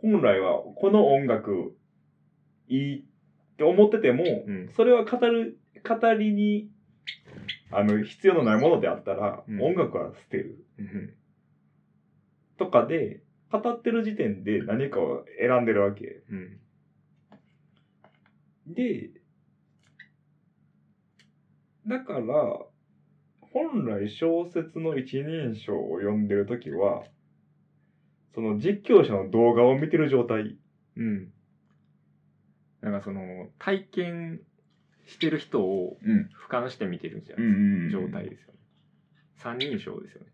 S5: 本来は
S4: この音楽、いいって思ってても、
S3: うん
S4: それは語る、語りに、
S5: あの必要のないものであったら、
S3: うん
S5: 音楽は捨てる
S3: うん。
S5: とかで語ってる時点で何かを選んでるわけ
S3: うん。
S4: で、
S5: だから本来小説の一人称を読んでる時はその実況者の動画を見てる状態
S3: うん。なんかその、体験してる人を
S4: うん
S3: 俯瞰して見てるみたいな状態ですよね。三人称ですよね。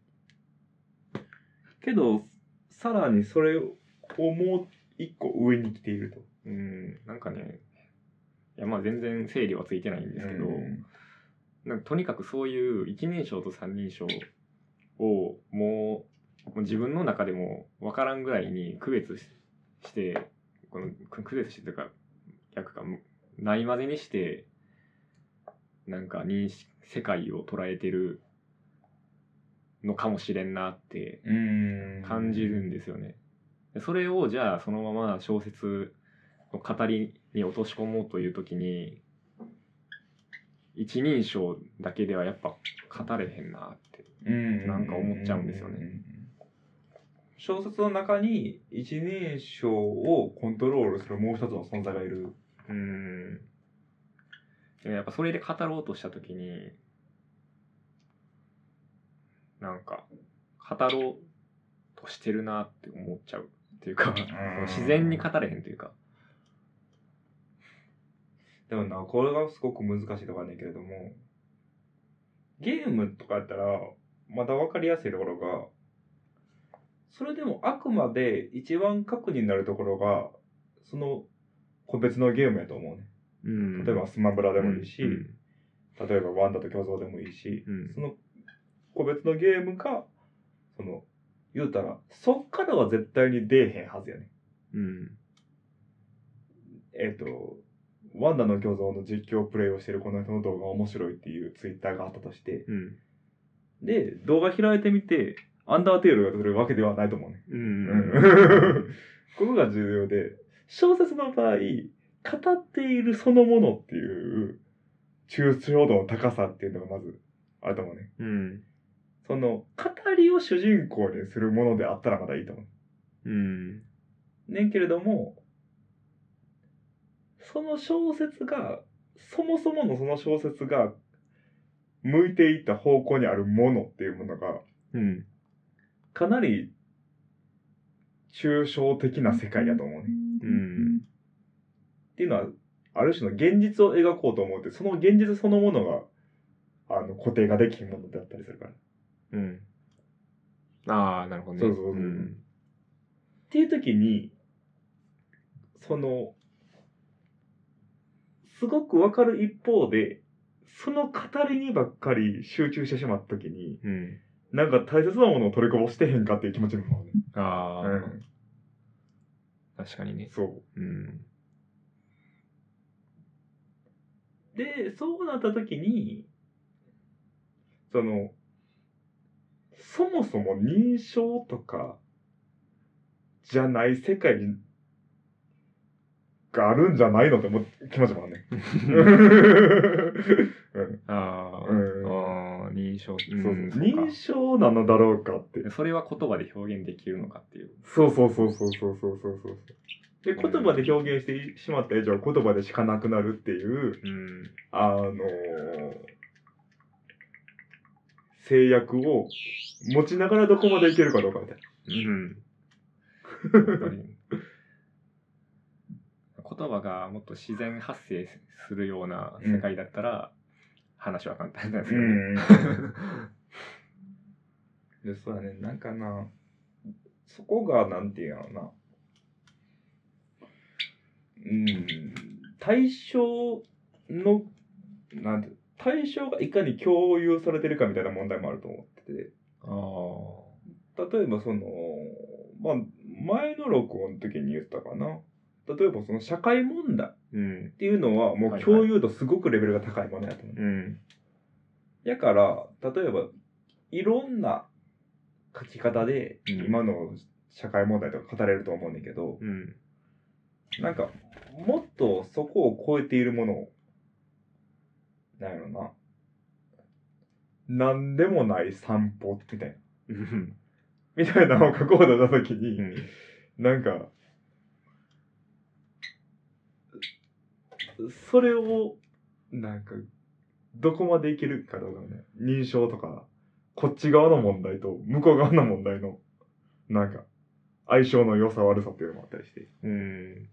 S5: けどさらにそれをもう一個上に来ていると。
S3: うん。なんかね、いやまあ全然整理はついてないんですけど、
S5: うん
S3: なんかとにかくそういう一人称と三人称をもうもう自分の中でも分からんぐらいに区別ししてこのく区別してというか逆かむないまぜにしてなんか認識世界を捉えてるのかもしれんなって感じるんですよね。でそれをじゃあそのまま小説の語りに落とし込もうという時に一人称だけではやっぱ語れへんなって。
S4: なん
S3: んか思っちゃうんですよね。
S5: 小説の中に一人称をコントロールするもう一つの存在がいる。
S3: うん。でもやっぱそれで語ろうとした時になんか語ろうとしてるなって思っちゃうっていうか
S5: ん
S3: 自然に語れへんというか。
S4: でもな、これがすごく難しいとこあんねんけれども、ゲームとかやったら、まだわかりやすいところが、それでもあくまで一番核になるところが、その個別のゲームやと思うね。
S3: うん
S4: 例えばスマブラでもいいし、
S3: うん
S4: 例えばワンダと競争でもいいし、
S3: うん
S4: その個別のゲームか、その、言うたら、そっからは絶対に出えへんはずやね。
S3: うん
S4: えっ、と、ワンダの巨像の実況プレイをしてるこの人の動画面白いっていうツイッターがあったとして、
S3: うん
S4: で、動画開いてみて、アンダーテールが出てるわけではないと思うね。
S3: う
S4: うんんここが重要で、小説の場合、語っているそのものっていう、抽象度の高さっていうのがまず、あると思うね。
S3: うん
S4: その、語りを主人公にするものであったらまだいいと思
S3: うん
S4: う。ねんけれども、その小説が、そもそものその小説が、向いていった方向にあるものっていうものが、
S3: うん
S4: かなり、抽象的な世界だと思うね。
S3: うん
S4: っていうのは、ある種の現実を描こうと思うって、その現実そのものが、あの、固定ができひんものだったりするから。っ
S3: うんああなるほどね
S4: そうそうそう
S3: うん
S4: ていう時に、その、すごくわかる一方で、その語りにばっかり集中してしまった時に、
S3: うん
S4: なんか大切なものを取りこぼしてへんかっていう気持ちにも
S3: あ
S4: な
S3: あ
S4: るね。
S3: 確かに
S4: うん。
S3: ね
S4: そう。
S3: うん
S4: で、そうなった時に、その、そもそも認証とか、じゃない世界にがあるんじゃないのって思う気持ちもあるね。
S3: ああ
S4: うん
S3: ああ認証
S4: そうそう
S3: うん
S4: 認証なのだろうかって。
S3: それは言葉で表現できるのかっていう
S4: そうそうそうそうそうそうそうそう。で、言葉で表現してしまった以上、言葉でしかなくなるっていう、
S3: うん
S4: あのー制約を持ちながらどこまでいけるかどうかみたい
S3: うん。やっぱり言葉がもっと自然発生するような世界だったら、話は簡単なんですよね。
S4: な。で、そうやね、なんかな、そこが、なんていうのな、うん、対象の、なんて、対象がいかに共有されてるかみたいな問題もあると思ってて、
S3: ああ。
S4: 例えばその、まあ、前の録音の時に言ったかな。例えばその社会問題
S3: うん。
S4: っていうのはも
S3: は
S4: う
S3: いはい
S4: 共有度すごくレベルが高いものやと思う。
S3: うん。
S4: やから、例えばいろんな書き方で
S3: うん
S4: 今の社会問題とか語れると思うねんだけど、
S3: うん。
S4: なんかもっとそこを超えているものを、なんやろな。なんでもない散歩みたいな。
S3: うん。
S4: みたいなのを書こうとした時に、
S3: うん
S4: なんか、それを、なんか、どこまでいけるかどうかね。認証とか、こっち側の問題と向こう側の問題の、なんか、相性の良さ悪さっていうのもあったりして。
S3: うん。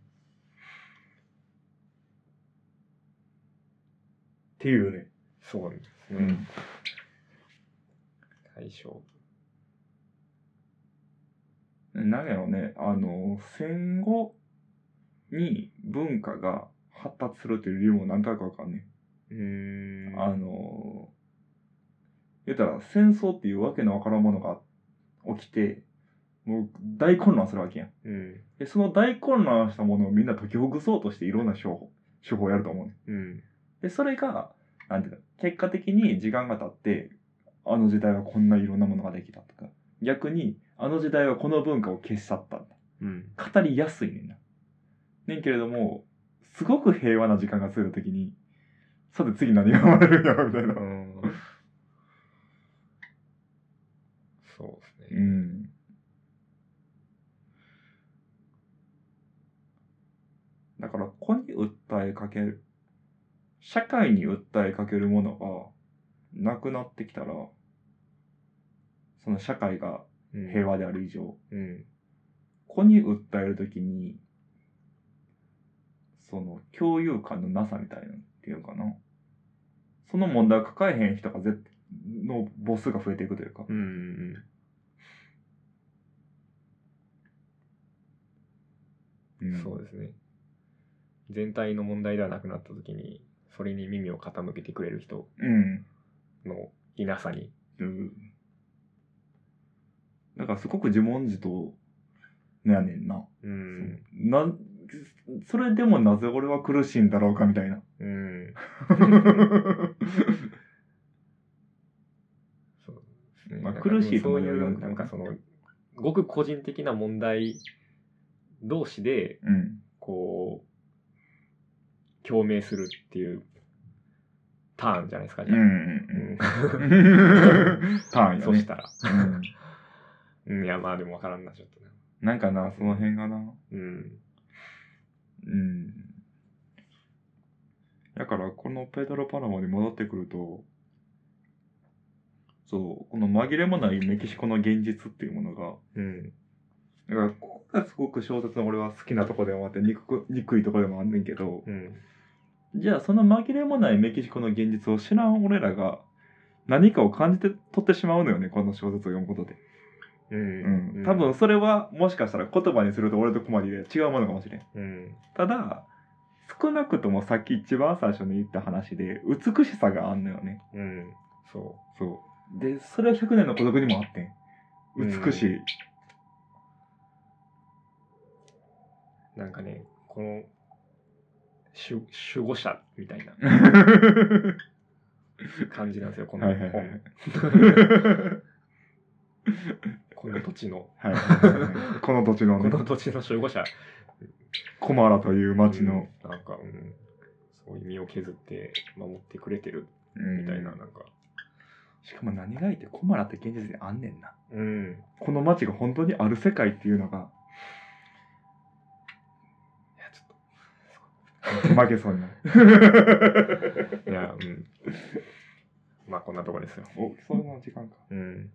S4: っていうね。
S3: そうなんですね。
S4: うん
S3: 対象。
S4: なんやろうね、あの、戦後に文化が発達するという理由もなんとなくわかんね
S3: うーん。
S4: あの言ったら戦争っていうわけのわからんものが起きて、もう大混乱するわけやん。
S3: うん。
S4: で、その大混乱したものをみんな解きほぐそうとしていろんな手法、手法をやると思うねん。
S3: うん。
S4: で、それが、なんていうの、結果的に時間が経って、あの時代はこんないろんなものができたとか、逆に、あの時代はこの文化を消し去った。
S3: うん。
S4: 語りやすいねんな。ねんけれども、すごく平和な時間が過ぎるときに、さて次何が生まれるんやろみたい
S3: う。
S4: な
S3: ん。そうです
S4: う
S3: ね。
S4: んだから子に訴えかける社会に訴えかけるものがなくなってきたらその社会が
S3: うん
S4: 平。和である以上、
S3: うん。
S4: 子に訴えるときにその共有感のなさみたいなのっていうかなその問題を抱えへん人が絶の母数が増えていくというか、
S3: うん。
S4: うん
S3: そうですね。全体の問題ではなくなった時に、それに耳を傾けてくれる人
S4: うん
S3: のいなさに。
S4: うんだからすごく自問自答やねんな,、
S3: うん。
S4: なそれでもなぜ俺は苦しいんだろうかみたいな
S3: うん。そうですね。
S4: まあ
S3: なんか
S4: 苦しい
S3: そ
S4: と
S3: う
S4: 思う
S3: い
S4: よ
S3: う、なんかその、ごく個人的な問題同士で、
S4: うん
S3: こう、共鳴するっていうターンじゃないですか、じ
S4: う
S3: ゃあ
S4: ん
S3: う
S4: うんん 単位
S3: そ
S4: だ
S3: し
S4: ね
S3: たら。
S4: うん
S3: うん、いや、まあでもわからんな、ちょっとな。
S4: なんかなその辺がな
S3: うん。
S4: うんだからこのペドロ・パラマに戻ってくるとそうこの紛れもないメキシコの現実っていうものが
S3: うん。
S4: だからここがすごく小説の俺は好きなとこでもあって憎く憎いとこでもあんねんけど
S3: うん。
S4: じゃあその紛れもないメキシコの現実を知らん俺らが何かを感じて取ってしまうのよねこの小説を読むことで、
S3: う
S4: うん
S3: ん。
S4: 多分それはもしかしたら言葉にすると俺とコマリで違うものかもしれん
S3: うん。
S4: ただ少なくともさっき一番最初に言った話で美しさがあんのよね
S3: うん。そ
S4: そうでそれは100年の孤独にもあってん美しい、
S3: う。なんかね、この、守守護者みたい な感じなんですよ、この
S4: はい
S3: 本。
S4: はいはい
S3: この土地の、
S4: はいはいはいこの土地の
S3: こ
S4: ね
S3: の土地の守護者。
S4: コマラという町の、
S3: うんなんか、うん。そういう身を削って守ってくれてるみ
S4: み
S3: た
S4: た
S3: い
S4: い
S3: な、
S4: な
S3: なんか。
S4: しかも何がいいってコマラって現実にあんねんな
S3: うん。い
S4: この町が本当にある世界っていうの が
S3: や、ちょっと。
S4: 負けそうになる
S3: いや、うん。まあ、こんなとこですよ。
S4: おそういうの時間か
S3: うん。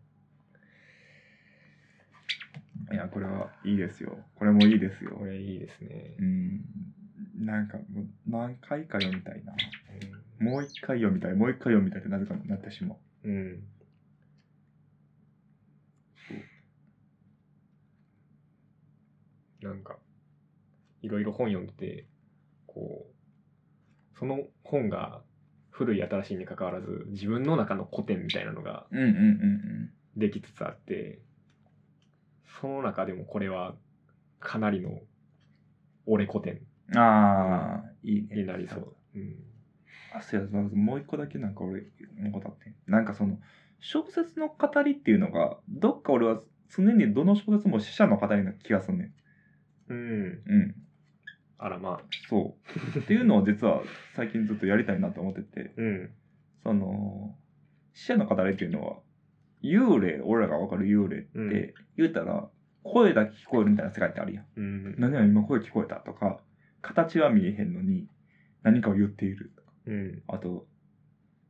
S4: いやこれはいいですよこれもいいですよ
S3: これいいですね
S4: う。んなんかもう何回か読みたいなもう一回読みたいもう一回読みたいってなぜかなってしまう
S3: うん。うん。なんか、いろいろ本読んでて、こう、その本が古い新しいに関わらず、自分の中の古典みたいなのが
S4: うんうん
S3: できつつあって、その中でもこれはかなりの俺古典
S4: うんうんああいいね
S3: になりそう。うん。
S4: あそうやそうやもう一個だけなんか俺思ったってなんかその小説の語りっていうのがどっか俺は常にどの小説も死者の語りな気がすんね
S3: うん。
S4: んうん
S3: あら、まあ。
S4: そうっていうのを実は最近ずっとやりたいなと思ってて
S3: うん。
S4: その死者の語りっていうのは幽霊俺らが分かる幽霊って、
S3: うん
S4: 言うたら声だけ聞こえるみたいな世界ってあるやん
S3: うん。
S4: 何々今声聞こえたとか形は見えへんのに何かを言っている
S3: うん。
S4: あと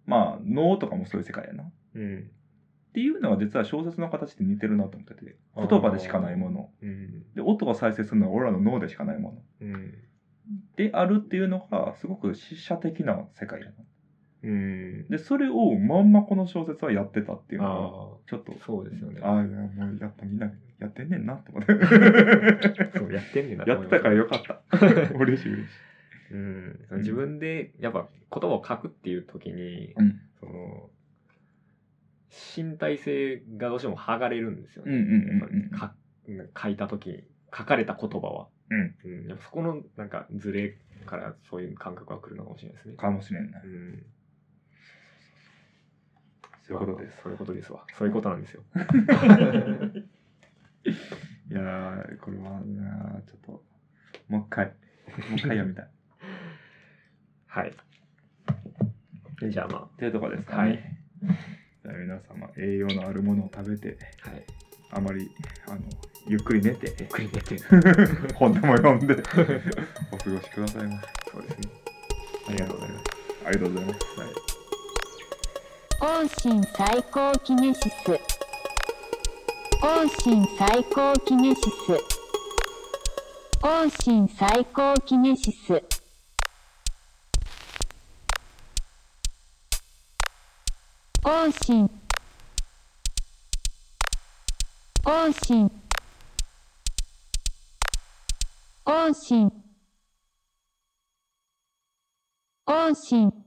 S4: まあ脳とかもそういう世界やなっ
S3: うん。
S4: ていうのは実は小説の形って似てるなと思ってて言葉でしかないもの
S3: うん。
S4: で音を再生するのは俺らの脳でしかないもの
S3: うん。
S4: であるっていうのがすごく死者的な世界やな
S3: うん。
S4: でそれをまんまこの小説はやってたっていう
S3: あ
S4: のが
S3: あ。
S4: ちょっと
S3: そうですよね。
S4: ああもうやっぱみんなやってんねんなって 思って
S3: そうやってんねんなと
S4: や
S3: 思
S4: っ
S3: いま
S4: てた
S3: す
S4: からよかった 嬉しい嬉しい
S3: うん、
S4: うん
S3: 自分でやっぱ言葉を書くっていう時に、
S4: うん
S3: その身体性がどうしても剥がれるんですよ
S4: うんう
S3: ね。
S4: んうんうん
S3: やっぱりか書いた時に書かれた言葉は、
S4: うん
S3: やっぱそこのなんかズレからそういう感覚が来るのかもしれないですね。
S4: かもしれんない
S3: うん、
S4: そういうことです
S3: まあそういうことですわ。そういうことなんです よ。
S4: いやー、これはなー、ちょっと、もう一 回、もう一回読みたい。
S3: はい。じゃあま
S4: というところですか
S3: はい
S4: ね。じゃあ皆様、栄養のあるものを食べて、
S3: あ、はい、
S4: あまり、あの、ゆっくり寝て、
S3: ゆっくり寝て。
S4: 本でも読んで、お過ごしくださいませ。
S3: そうですね。
S4: ありがとうございます。ありがとうございます。
S1: 往診最高キネシス往診最高キネシス往診最高キネシス往診往診往診往診